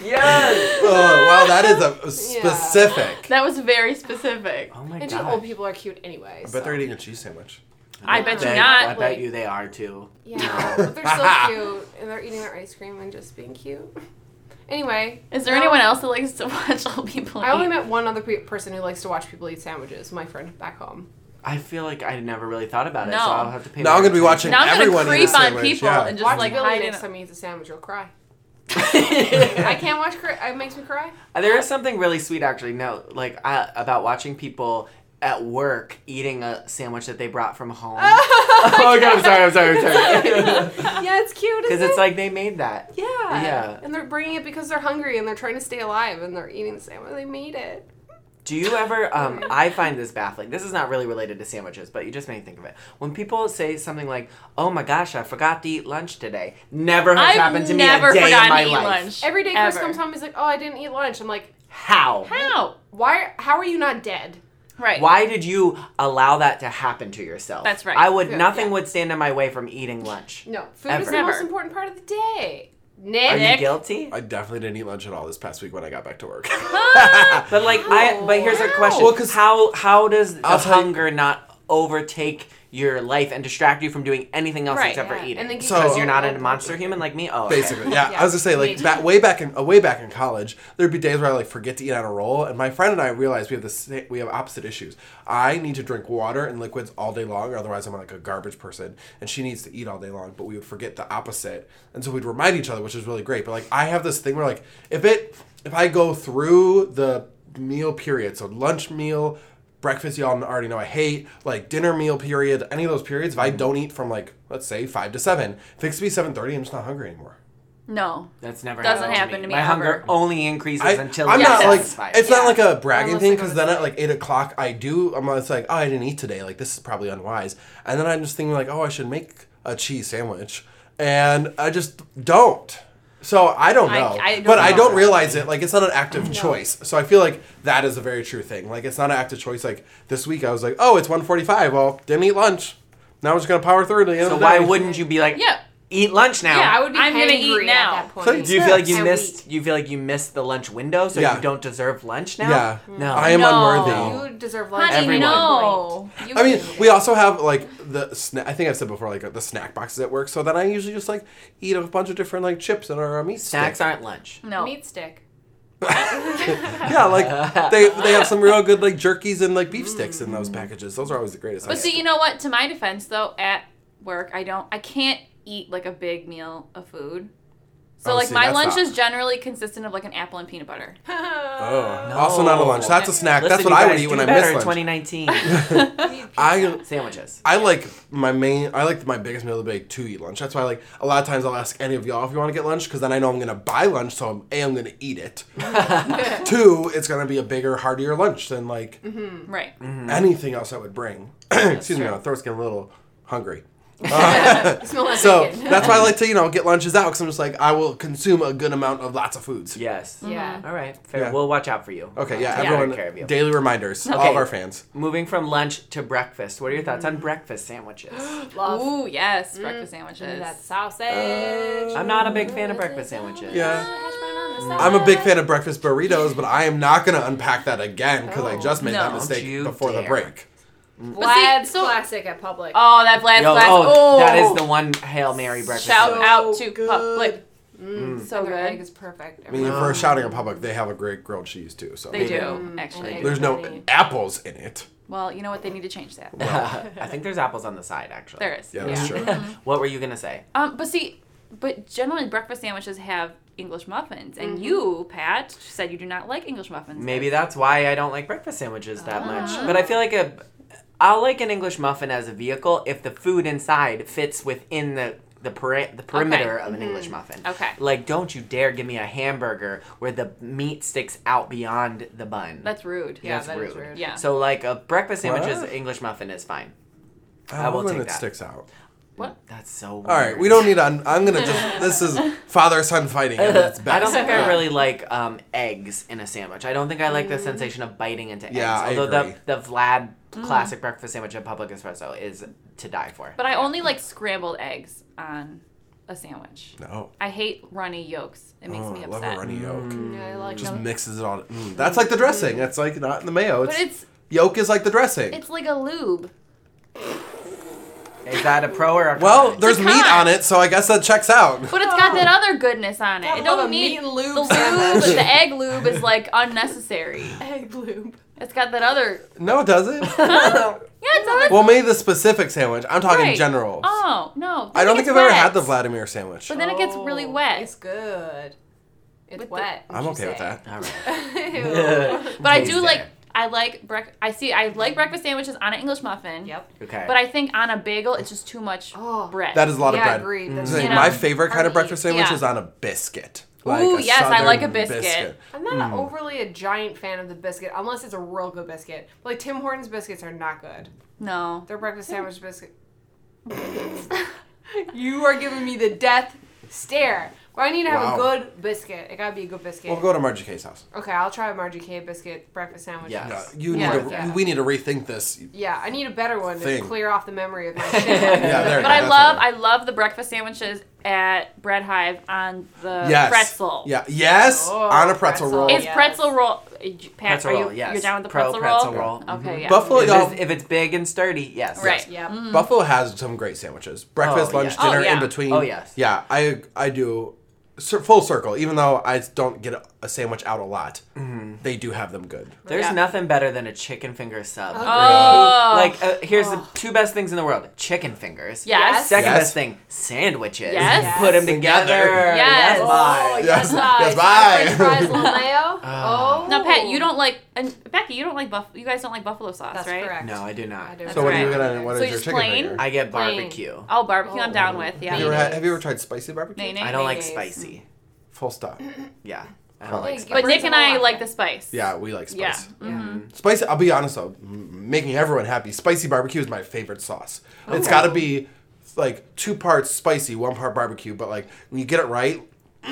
*laughs*
yes.
oh, wow, that is
*laughs*
a specific.
That was very specific.
*laughs* Oh my
And just old
gosh.
people are cute anyway.
I bet
so.
they're eating a cheese sandwich.
I bet you
They-
not.
I bet
like-
you they are too.
Yeah, but they're
*laughs*
so cute, and they're eating their ice cream and just being cute. Anyway,
Is there
no,
anyone else that likes to *laughs* watch all people
I only
eat?
met one other pe- person who likes to watch people eat sandwiches. My friend back home.
I feel like I never really thought about it,
No.
so I'll have to pay.
Now I'm gonna be
more
watching
Now I'm gonna
everyone eat a
creep on
sandwich,
people
yeah.
and just
Watch
like
Billy
hide in
next
a-
time he eats a sandwich, you'll cry.
*laughs*
*laughs*
attention.
I can't watch. Cry- it makes me
*laughs*
cry.
There is something really sweet, actually. No, like uh, about watching people at work eating a sandwich that they brought from home. oh *laughs* my god! I'm sorry. I'm sorry. I'm *laughs* sorry.
Yeah, it's cute.
Because
Isn't
it's
it?
like they made that.
yeah,
Yeah.
and they're bringing it because they're hungry and they're trying to stay alive and they're eating the sandwich. They made it.
Do you ever? Um, I find this baffling. This is not really related to sandwiches, but you just made me think of it. When people say something like, "Oh my gosh, I forgot to eat lunch today," never has happened
I've
to
never
me a day in
forgotten
my
to eat
life.
lunch.
Every day Chris
ever.
comes home, he's like, "Oh, I didn't eat lunch." I'm like,
How?
How?
"Why? How are you not dead?"
Right.
Why did you allow that to happen to yourself?
That's right.
I would.
Yeah.
Nothing
Yeah.
would stand in my way from eating lunch.
No, food is
Ever.
the
Never.
most important part of the day.
Are
Nick,
you
Nick.
guilty?
I definitely didn't eat lunch at all this past week when I got back
*laughs*
to work.
Ah!
But like I but here's a
Wow.
question.
Well, 'cause-
how how does the
I'll tell you-
hunger not overtake your life and distract you from doing anything else
Right,
except
yeah.
for eating?
And then
Because
you
So-
you're not a monster human like me? Oh okay.
Basically, yeah.
Yeah.
I was gonna say like
Me
back, way back in uh, way back in college, there'd be days where I like forget to eat on a roll, and my friend and I realized we have the sa- we have opposite issues. I need to drink water and liquids all day long, or otherwise I'm like a garbage person, and she needs to eat all day long. But we would forget the opposite, and so we'd remind each other, which is really great. But like I have this thing where like if it if I go through the meal period, so lunch meal. Breakfast, y'all already know I hate. Like dinner meal period, any of those periods. If I don't eat from like let's say five to seven, if it's to be seven thirty, I'm just not hungry anymore.
No.
That's never
Doesn't
happened
happen
to me.
to me
My
ever.
hunger only increases
I,
until
I'm
it's
not like
satisfied.
it's not like a bragging
Unless
thing
I go
because
to
then at
sleep.
like eight o'clock I do I'm it's like oh I didn't eat today like this is probably unwise and then I'm just thinking like oh I should make a cheese sandwich and I just don't so I don't
I-
know
I don't
but I
know.
don't realize it like it's not an active choice so I feel like that is a very true thing like it's not an active choice like this week I was like oh it's 1:45 well didn't eat lunch now I'm just gonna power through to the end
so
of the day.
why wouldn't you be like
Yeah.
eat lunch now?
Yeah, I would be
I'm gonna eat
hangry
now.
at that point.
So
do you feel like you
And
missed
weak.
you feel like you missed the lunch window so
Yeah.
you don't deserve lunch now?
yeah
No.
Mm-hmm.
I am
No.
unworthy.
No.
You deserve lunch.
Honey,
Everyone.
no. You
I mean,
do.
we also have like the sna- I think I've said before like the snack boxes at work. So then I usually just like eat a bunch of different like chips and our um, meat
*laughs* Snacks
stick.
aren't lunch.
no.
Meat *laughs* stick.
yeah,
*laughs*
like they they have some real good like jerkies and like beef sticks in those packages. Those are always the greatest.
But
I-
see, you know what? To my defense, though, at work, I don't, I can't eat like a big meal of food. So
Oh,
like
see,
my
that's
lunch
not-
is generally consistent of like an apple and peanut
*laughs*
butter. *laughs*
Oh, also not a lunch. That's a snack.
Listen,
That's what
you
I would
guys,
eat when
do
I
better
miss lunch.
in 2019.
*laughs* I
Sandwiches.
I like my main. I like my biggest meal of the day to eat lunch. That's why like a lot of times I'll ask any of y'all if you want to get lunch because then I know I'm gonna buy lunch. So I'm, a I'm gonna eat
*laughs*
it. Two, it's gonna be a bigger, heartier lunch than like.
Right.
anything else I would bring. *clears throat* Excuse me,
true.
my throat's getting a little hungry. Uh,
Smell like
So
bacon.
that's why I like to, you know, get lunches out because I'm just like, I will consume a good amount of lots of foods.
Yes.
yeah.
All right, fair.
Yeah.
We'll watch out for you.
Okay, yeah,
Take
everyone,
good care of you.
daily reminders, all
Okay.
of our fans.
Moving from lunch to breakfast, what are your thoughts
Mm.
on
*gasps*
breakfast sandwiches?
Love. Mm.
Ooh, yes, breakfast sandwiches.
That sausage.
I'm not a big fan of breakfast sandwiches.
Yeah.
Hash brown on the side.
I'm a big fan of breakfast burritos, but I am not going to unpack that again because I just made
No.
that
Don't
mistake
you
before the
dare.
break.
Vlad's
so-
classic at public.
Oh, that Vlad's
Yo,
glass.
oh, that is the one Hail Mary breakfast.
shout
sandwich.
out to
good.
Public. So
Mm. And their egg
good.
is perfect.
I mean, if we're shouting in public, they have a great grilled cheese too. So
They do
do.
actually.
Mm.
there's no
Honey.
apples in it.
Well, you know what? They need to change that.
*laughs* I think there's apples on the side, actually. *laughs*
There is. Mm-hmm.
Yeah, that's
Yeah.
true.
What were you gonna say?
Um, but see, but generally breakfast sandwiches have English muffins, and you, Pat, said you do not like English muffins.
Maybe that's why I don't like breakfast sandwiches
Ah.
that much. But I feel like a, I'll like an English muffin as a vehicle if the food inside fits within the the, peri- the perimeter of an
Mm-hmm.
English muffin.
Okay.
Like, don't you dare give me a hamburger where the meat sticks out beyond the bun.
that's rude.
Yeah,
That's
that
rude.
is rude.
Yeah.
So like a breakfast sandwich is
What?
English muffin is fine.
I,
will
love when
take
it
that.
sticks out.
What?
That's so.
All right, we don't need to. Un- I'm gonna just. This is father son fighting.
*laughs*
And it's best.
*laughs* I don't think I
Yeah.
really like um, eggs in a sandwich. I don't think I
Mm.
like the sensation of biting into
Yeah, I
eggs. Although
agree.
the the Vlad classic breakfast sandwich at Public Espresso is to die for.
Mm. But I only like scrambled eggs on a sandwich.
No.
I hate runny yolks. It makes
Oh,
me
I
upset.
love a runny yolk.
Yeah, I like
Just
them.
mixes it all. Mm, that's like the dressing. That's like not in the mayo. It's,
But it's
yolk is like the dressing.
it's like a lube.
Is that a pro or a con? *laughs*
Well, there's
a
meat
con.
on it, so I guess that checks out.
But it's got that other goodness on it.
Gotta
It
love a
don't
meat
need
and
the
lube
lube.
sandwich.
The egg lube is like unnecessary.
*laughs* Egg lube.
It's got that other.
*laughs* No, it doesn't.
*laughs* Yeah, it's other.
well, maybe the specific sandwich. I'm talking
Right.
general.
Oh no!
I don't think
it's
I've ever had
wet.
the Vladimir sandwich.
But then it gets really
Oh,
wet.
It's good. It's
With the-
wet.
I'm
would
okay
you
with
say?
that.
All right.
Ew.
*laughs* But I do
Tuesday.
like. I like break. I see. I like breakfast sandwiches on an English muffin.
yep.
Okay.
But I think on a bagel, it's just too much
Oh.
bread.
That is a lot
yeah,
of bread.
agreed. That's
It's like
You know,
my favorite kind of
hard to
breakfast
eat.
sandwich
Yeah.
is on a biscuit.
Ooh, yes, I like a
southern
biscuit.
I'm not
Mm.
overly a giant fan of the biscuit unless it's a real good biscuit. But like Tim Hortons biscuits are not good.
no.
Their breakfast sandwich biscuit. *laughs* you are giving me the death stare. Well, I need to have
Wow.
a good biscuit. It gotta be a good biscuit.
We'll go to Margie K's house.
okay, I'll try a Margie K biscuit breakfast sandwich.
Yeah.
Yeah, you
Yeah.
need to.
Yeah.
We need to rethink this.
Yeah, I need a better one
Thing.
to clear off the memory of
*laughs*
my
Yeah,
shit.
there.
But I
that's
love.
better.
I love the breakfast sandwiches at Bread Hive on the
Yes.
pretzel.
Yeah. Yes.
Oh,
on a pretzel,
pretzel.
roll.
Is
Yes.
pretzel roll? Pat,
Pretzel
are you,
roll, yes.
You're down with the
Pro
pretzel,
pretzel
roll?
roll.
Okay. Yeah.
Buffalo,
if,
y'all,
it's, if it's big and sturdy, yes.
Right.
Yep.
Buffalo has some great sandwiches: breakfast,
Oh,
lunch,
yeah.
dinner,
Oh, mm. yeah.
in between.
Oh, yes.
Yeah, I I do cir- full circle. Even though I don't get a sandwich out a lot,
Mm-hmm.
they do have them good.
There's
Yeah.
nothing better than a chicken finger sub.
Oh.
Like, uh, here's the two best things in the world chicken fingers.
Yes.
Second
Yes.
best thing, sandwiches.
Yes.
Put them
Together.
together.
Yes.
That's
Oh,
mine.
yes,
Yes.
bye.
Yes, bye.
French fries, little mayo. oh.
Now, Pat, you don't like and Becky, you don't like buff. You guys don't like buffalo sauce,
That's
right?
correct.
No, I do not.
I do.
so what are you
right.
gonna? What
So
is
you
your
just
chicken
plain?
finger?
I get
Plain.
barbecue.
Oh, barbecue, I'm down with.
have,
Yeah.
you ever had,
Mayonnaise.
have you ever tried spicy barbecue?
Nay, nay.
I don't like
Mayonnaise.
spicy.
Full stop.
Yeah. I don't like
Thank
spicy.
you.
But
Brings
Nick and
them
I
along.
like Mm-hmm. the spice.
Yeah, we like
Yeah.
spice.
Yeah.
Spicy. I'll be honest though, m- making everyone happy. Spicy barbecue is my favorite sauce. It's got to be like two parts spicy, one part barbecue. But like when you get it right,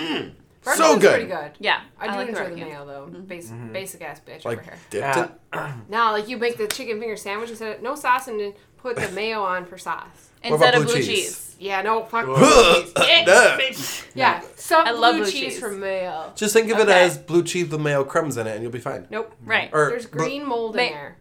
French
So
fries
good. Mm-hmm.
Pretty good.
Yeah.
I do
like Mm-hmm.
enjoy the
barbecue.
mayo though. Basic, basic ass bitch
like
over here.
dipped
Yeah. *laughs*
it.
No, like you make the chicken finger sandwich instead of no sauce and then put the mayo on for sauce.
What
Instead
about
of
blue
blue
cheese?
cheese.
Yeah, no fuck. blue cheese.
*laughs* Duh.
yeah, some
I love
blue,
blue
cheese,
cheese.
from mayo.
Just think of it
Okay.
as blue cheese with mayo crumbs in it, and you'll be fine.
Nope.
Right.
Or-
There's
*laughs*
green mold
Ma-
in there.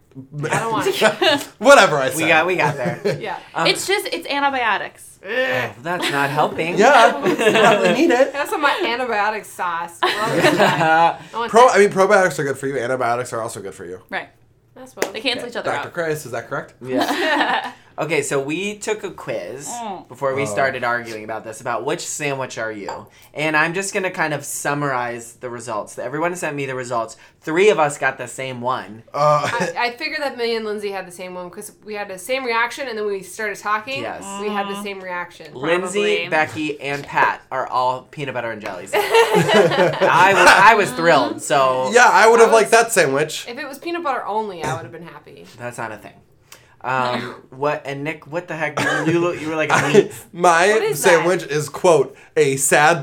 I don't want it.
Whatever I said.
We got, we got there.
Yeah.
uh,
it's just it's antibiotics.
Eh.
Oh, *laughs* that's not helping.
yeah,
*laughs*
we probably need it.
That's on
*laughs*
my antibiotic
*laughs*
sauce. Well, I want
Pro.
that.
I mean, probiotics are good for you. Antibiotics are also good for you.
Right.
That's what.
They cancel each other
Dr.
out.
Christ, is that correct?
*laughs* Yeah.
*laughs*
okay, so we took a quiz
Mm.
before we
Oh.
started arguing about this about which sandwich are you? And I'm just going to kind of summarize the results. Everyone sent me the results. Three of us got the same one.
Uh,
I, I figured that me and Lindsay had the same one because we had the same reaction, and then when we started talking,
Yes.
we had the same reaction.
Lindsay,
Probably.
Becky, and Pat are all peanut butter and
*laughs*
jellies. I was I was thrilled. So
*laughs* yeah, I would have
I
liked
was-
that sandwich.
If it was peanut butter only, I would have been
*laughs*
happy.
that's not a thing. Um, what and Nick? What the heck? You, you, look- you were like a
*coughs*
meat.
What
My
is that?
sandwich is quote a sad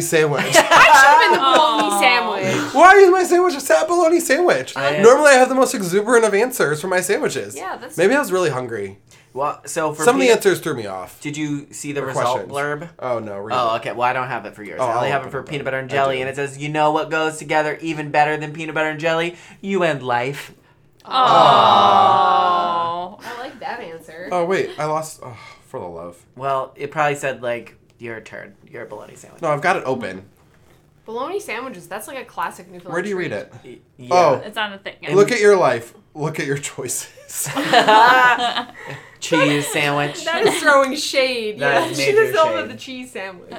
*laughs*
sandwich.
I've been the bologna sandwich.
Why is my sandwich a sad bologna sandwich?
I-
Normally, I have the most exuberant of answers for my sandwiches.
Yeah, that's-
maybe I was really hungry.
Well, so for
Some of the
peanut-
answers threw me off.
did you see the result
Questions.
blurb?
Oh no. Read
Oh,
oh,
okay. Well, I don't have it for yours.
Oh,
I only
I'll
have
open
it for
it,
peanut
but
butter
I
and
do.
jelly, and it says, "You know what goes together even better than peanut butter and jelly? You and life."
Oh.
I like that answer.
oh wait, I lost. Oh, for the love.
Well, it probably said like, "You're a turd. You're a bologna sandwich."
No, I've got it open.
Bologna sandwiches. That's like a classic Newfoundland.
Where do you read
treat.
it?
Y-
Oh.
It's on the thing.
Look at your life. Look at your *laughs*
*laughs*
choices.
cheese
*laughs*
sandwich.
That is throwing shade.
That
yeah,
is
she
major
just over
shade.
the cheese sandwich.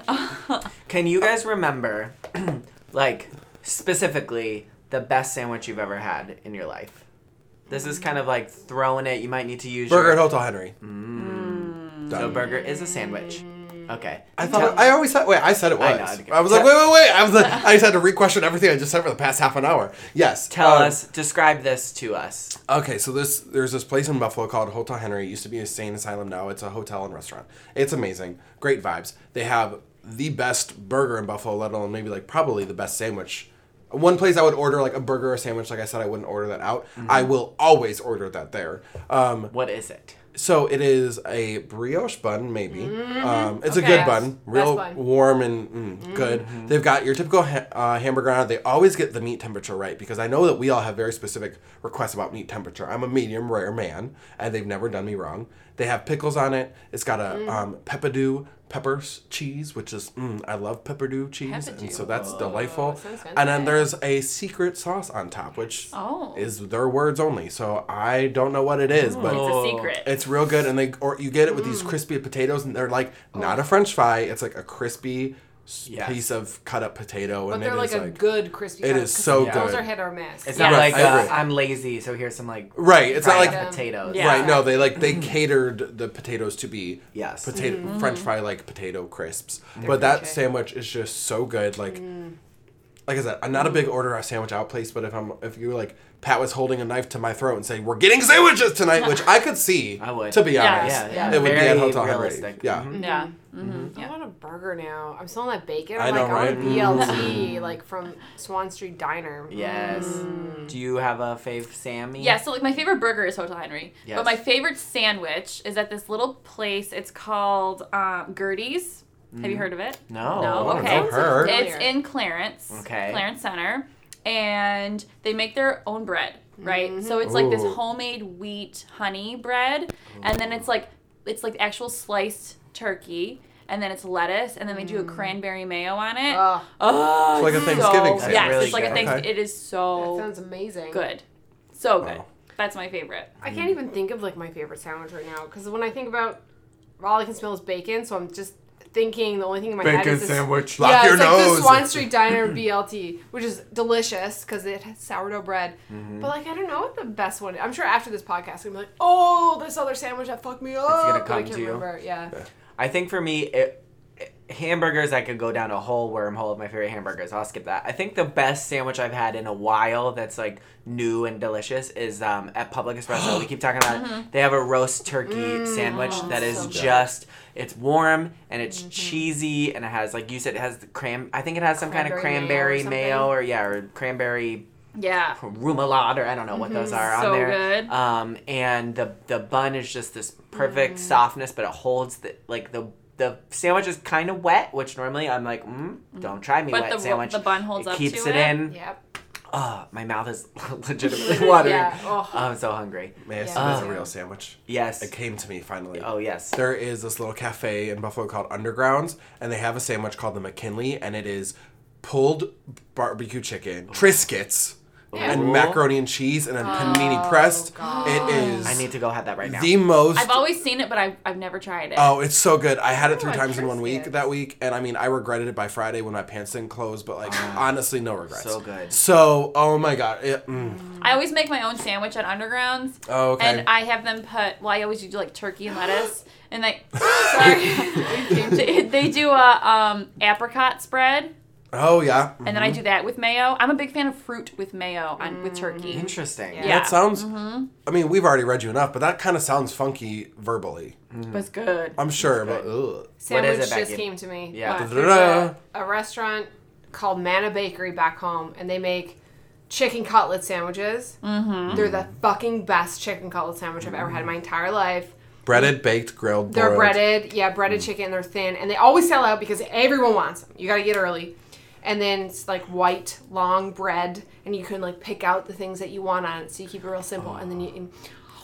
Can you guys remember, *clears throat* like, specifically the best sandwich you've ever had in your life? This is kind of like throwing it. You might need to use
Burger at
Your,
Hotel Henry.
Mm.
Done.
so burger is a sandwich. Okay.
I thought I always thought. Wait, I said it
I
was.
know, I
I,
think-
was like, wait, wait, wait. I was like, I just had to re-question everything I just said for the past half an hour. Yes.
Tell
um,
us. Describe this to us.
Okay, so this there's this place in Buffalo called Hotel Henry. It used to be a sane asylum. Now it's a hotel and restaurant. It's amazing. Great vibes. They have the best burger in Buffalo, let alone maybe like probably the best sandwich. One place I would order like a
Mm-hmm.
burger or sandwich, like I said, I wouldn't order that out. I will always order that there. Um,
What is it?
So it is a brioche bun, maybe. Um, it's
Mm-hmm.
a
Okay.
good
Yes.
bun, real
Best bun. Mm-hmm.
warm and mm, good. They've got your typical ha- uh, hamburger on. it. They always get the meat temperature right because I know that we all have very specific requests about meat temperature. I'm a medium rare man, and they've never done me wrong. They have pickles on it. It's got a
Mm.
um, pepperdew peppers cheese, which is mm, I love pepperdew cheese,
Pepperdew.
and so that's delightful.
Oh, sounds
And then
fancy.
there's a secret sauce on top, which
*laughs* Oh.
is their words only. So I don't know what it is, but
It's a secret.
it's real good, and they or you get it with these
Mm.
crispy potatoes, and they're like
Oh.
not a French fry. It's like a crispy s-
Yes.
piece of cut up potato,
But
and it
they're like
is
a
like
good crispy.
it
cut,
is
'cause
so
Those
good.
are hit or miss.
It's
Yeah.
not
Yes,
like
I
uh,
agree.
I'm lazy, so here's some like
right. It's not
fried
like
Yeah. Mm.
potatoes.
Yeah.
right. No, they like they catered the potatoes to be
Yes.
potato
Mm-hmm.
French fry like potato crisps. but that
French fry.
sandwich is just so good. Like
Mm.
like I said, I'm not a big order of sandwich out place, but if I'm if you were like Pat was holding a knife to my throat and saying we're getting sandwiches tonight, which I could see.
*laughs* I would.
to be
Yeah,
honest.
yeah, yeah.
It would be
Very
at Hotel Henry.
realistic.
Yeah.
Mhm.
Yeah.
I want a burger now. I'm still on that bacon.
I
I'm like,
know,
I want
right? Mm.
a BLT, like from Swan Street Diner.
Yes.
Mm.
Do you have a fave, Sammy?
Yeah, so like my favorite burger is Hotel Henry,
Yes.
but my favorite sandwich is at this little place. It's called um, Gertie's. Have
Mm-hmm.
you heard of it?
No.
No.
Oh, I don't
Okay.
know her.
It's in Clarence.
Okay.
Clarence Center, and they make their own bread, right? So it's like this
Ooh.
homemade wheat honey bread, and then it's like it's like actual sliced turkey. And then it's lettuce, and then they do a cranberry mayo on it.
Ugh.
oh,
like a
it's so,
Thanksgiving
sandwich.
Yes,
Really
it's like a
good.
Thanksgiving.
Okay.
It is
That
so
sounds amazing.
good, so good.
Wow.
That's my favorite.
I can't even think of like my favorite sandwich right now because when I think about all I can smell is bacon, so I'm just thinking the only thing in my head is this,
Lock
yeah,
your
it's like
nose.
the Swan
*laughs*
Street Diner BLT, which is delicious because it has sourdough bread.
Mm-hmm.
But like, I don't know what the best one. I'm sure after this podcast, I'm gonna be like, oh, this other sandwich that fucked me up.
gonna
but I
come
can't
to you.
remember. Yeah.
I think for me, it, hamburgers, I could go down a whole wormhole of my favorite hamburgers. I'll skip that. I think the best sandwich I've had in a while that's like new and delicious is um, at Public Espresso. we keep talking about it. They have a roast turkey sandwich that is
so good.
just, it's warm and it's cheesy and it has, like you said, it has the cram, I think it has some kind of
Cranberry
cranberry
mayo
mayo or, yeah, or cranberry
Yeah.
Rumalade, or I don't know what those are
Mm-hmm. So
on there.
good.
Um, and the the bun is just this
Mm.
perfect softness, but it holds the like the the sandwich is kind of wet, which normally I'm like, mm, don't try me
But
wet
the ro-
sandwich.
the bun holds
it
up
keeps
to
it,
it.
in.
Yep.
Oh, my mouth is
*laughs*
*laughs* legitimately watering.
Yeah. Oh.
I'm so hungry.
May I say
Yeah.
there's a
Uh,
real sandwich?
Yes.
It came to me finally.
Oh yes.
There is this little cafe in Buffalo called Undergrounds, and they have a sandwich called the McKinley, and it is pulled barbecue
Oh.
chicken, Triscuits,
Ooh.
and macaroni and cheese,
Oh,
and then panini pressed.
God.
It is
I need to go have that right now.
the most.
I've always seen it, but I've, I've never tried it.
Oh, it's so good. I had it three
want
times in one week
Triscuits.
that week, and I mean, I regretted it by Friday when my pants didn't close, but like, honestly, no regrets.
Ah, so good.
So, oh my god. It, mm.
I always make my own sandwich at Undergrounds.
Oh, okay.
And I have them put. Well, I always do like turkey and lettuce, and
*laughs*
they
*laughs*
sorry, *laughs* they, they do a um, apricot spread,
Oh, yeah.
and then I do that with mayo. I'm a big fan of fruit with mayo on with turkey.
Interesting.
Yeah. Mm-hmm.
That sounds. I mean, we've already read you enough, but that kind of sounds funky verbally.
But it's good.
I'm sure, but ugh.
What
Sandwich
is it,
just
Becky?
came to me.
Yeah.
But
Da-da-da.
there's a, a restaurant called Mana Bakery back home, and they make chicken cutlet sandwiches. Mm-hmm. They're the fucking best chicken cutlet sandwich I've ever had in my entire life.
breaded, baked, grilled.
They're
broiled.
breaded, yeah, breaded
Mm.
chicken. They're thin, and they always sell out because everyone wants them. You gotta get early, and then it's like white long bread, and you can like pick out the things that you want on it. So you keep it real simple, and then you.
*laughs*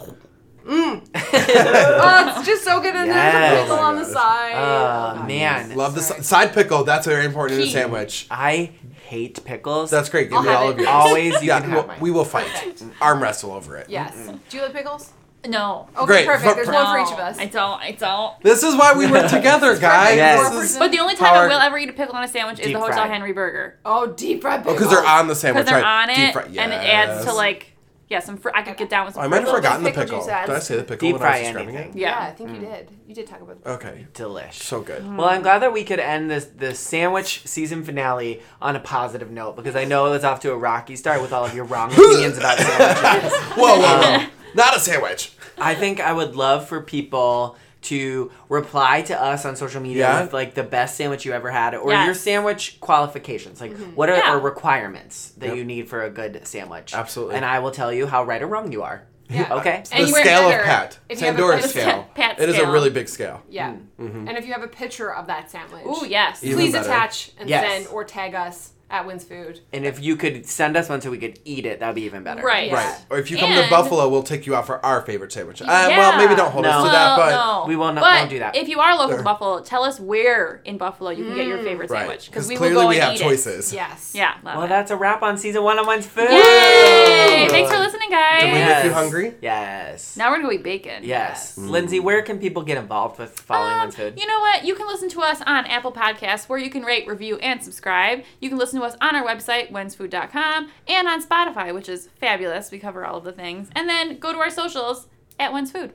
And, mm. *laughs* oh, it's just so good, and there's
Yes.
a pickle
Oh my
on the
gosh.
side.
Uh,
Oh,
man.
Love the si- side pickle. That's very important in a
Key.
sandwich.
I hate pickles.
That's great. Give
I'll
me
have
all
it.
of yours.
always you
yeah,
can
we
have
will,
mine.
we will fight. Arm wrestle over it.
Yes. Do you like pickles?
No.
Okay,
Great.
perfect. There's
For-
Oh, one for
No,
each of us.
I don't. I don't.
This is why we were together, guys.
Yes.
This is-
But the only time
Howard-
I will ever eat a pickle on a sandwich is
Deep
the Hotel
fried.
Henry burger
Oh, deep fried pickles.
because they're on the sandwich,
because they're
right?
on it,
Deep fry-
and it adds to
Yes.
like yeah, some. Fr- I could get down with some.
I might have
fruit.
forgotten the
pickle
pickle.
juice
Did
adds.
I say the pickle
Deep
when I
fry
was describing
anything.
Yeah.
Yeah. I
Mm.
think you did. You did talk about
it?
that.
*laughs*
Okay.
Delish.
So good.
Well, I'm glad that we could end this the sandwich season finale on a positive note because I know it's off to a rocky start with all of
*laughs*
your wrong opinions about sandwiches.
Whoa, whoa, whoa. Not a sandwich.
I think I would love for people to reply to us on social media
Yeah.
with like the best sandwich you ever had or
Yes. Mm-hmm.
your sandwich qualifications. Like what are
Yeah.
or requirements that
Yep.
you need for a good sandwich?
Absolutely.
And I will tell you how right or wrong you are.
Yeah.
*laughs* Okay.
And
the
you wear
scale of
better
Pat.
if you have a
Sandora's
better-
scale.
Pat
It is a
scale.
really big scale.
Yeah. And if you have a picture of that sandwich,
Ooh, yes.
Mm. Mm-hmm. Even
please
better.
attach and
Yes.
send or tag us at Wins Food.
And if you could send us one so we could eat it, that'd be even better.
Right.
Yeah.
Right. Or if you come
And-
to Buffalo, we'll take you out for our favorite sandwich. Uh, Well, maybe don't hold us
No.
to that, but
Well, no.
we will not-
But
won't do that.
If you are local to
Sure.
Buffalo, tell us where in Buffalo you can get your
Mm.
favorite
right.
sandwich
Because
because we will
clearly
go
we
and
have
eat it.
choices.
Yes.
Yeah. Love
Well,
it.
that's a wrap on season one of One's Food.
Yay! Thanks for listening, guys.
Did we make you hungry?
Yes.
Now we're gonna go eat bacon.
Yes. Lindsay, where can people get involved with following
Um,
One's Food?
You know what? You can listen to us on Apple Podcasts, where you can rate, review, and subscribe. You can listen to us on our website, wensfood.com, and on Spotify, which is fabulous. We cover all of the things. And then go to our socials at Wens Food.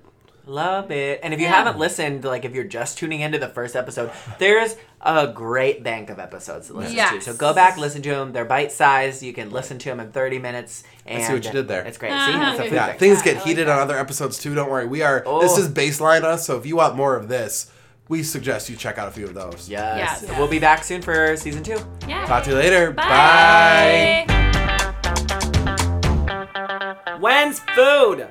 Love it. And if you
Yeah.
haven't listened, like if you're just tuning into the first episode, there's a great bank of episodes to listen to.
Yes.
So go back, listen to them. They're bite sized. You can listen to them in 30 minutes. And
see what you did there.
It's great. See,
Uh-huh.
it's a food
Yeah,
thing.
things
Yeah, I
get
like
heated
that.
on other episodes too. Don't worry, we are.
Oh.
This is baseline us. So if you want more of this, we suggest you check out a few of those.
Yes.
Yes.
We'll be back soon for season two.
Yeah.
Talk to you later.
Bye.
When's food?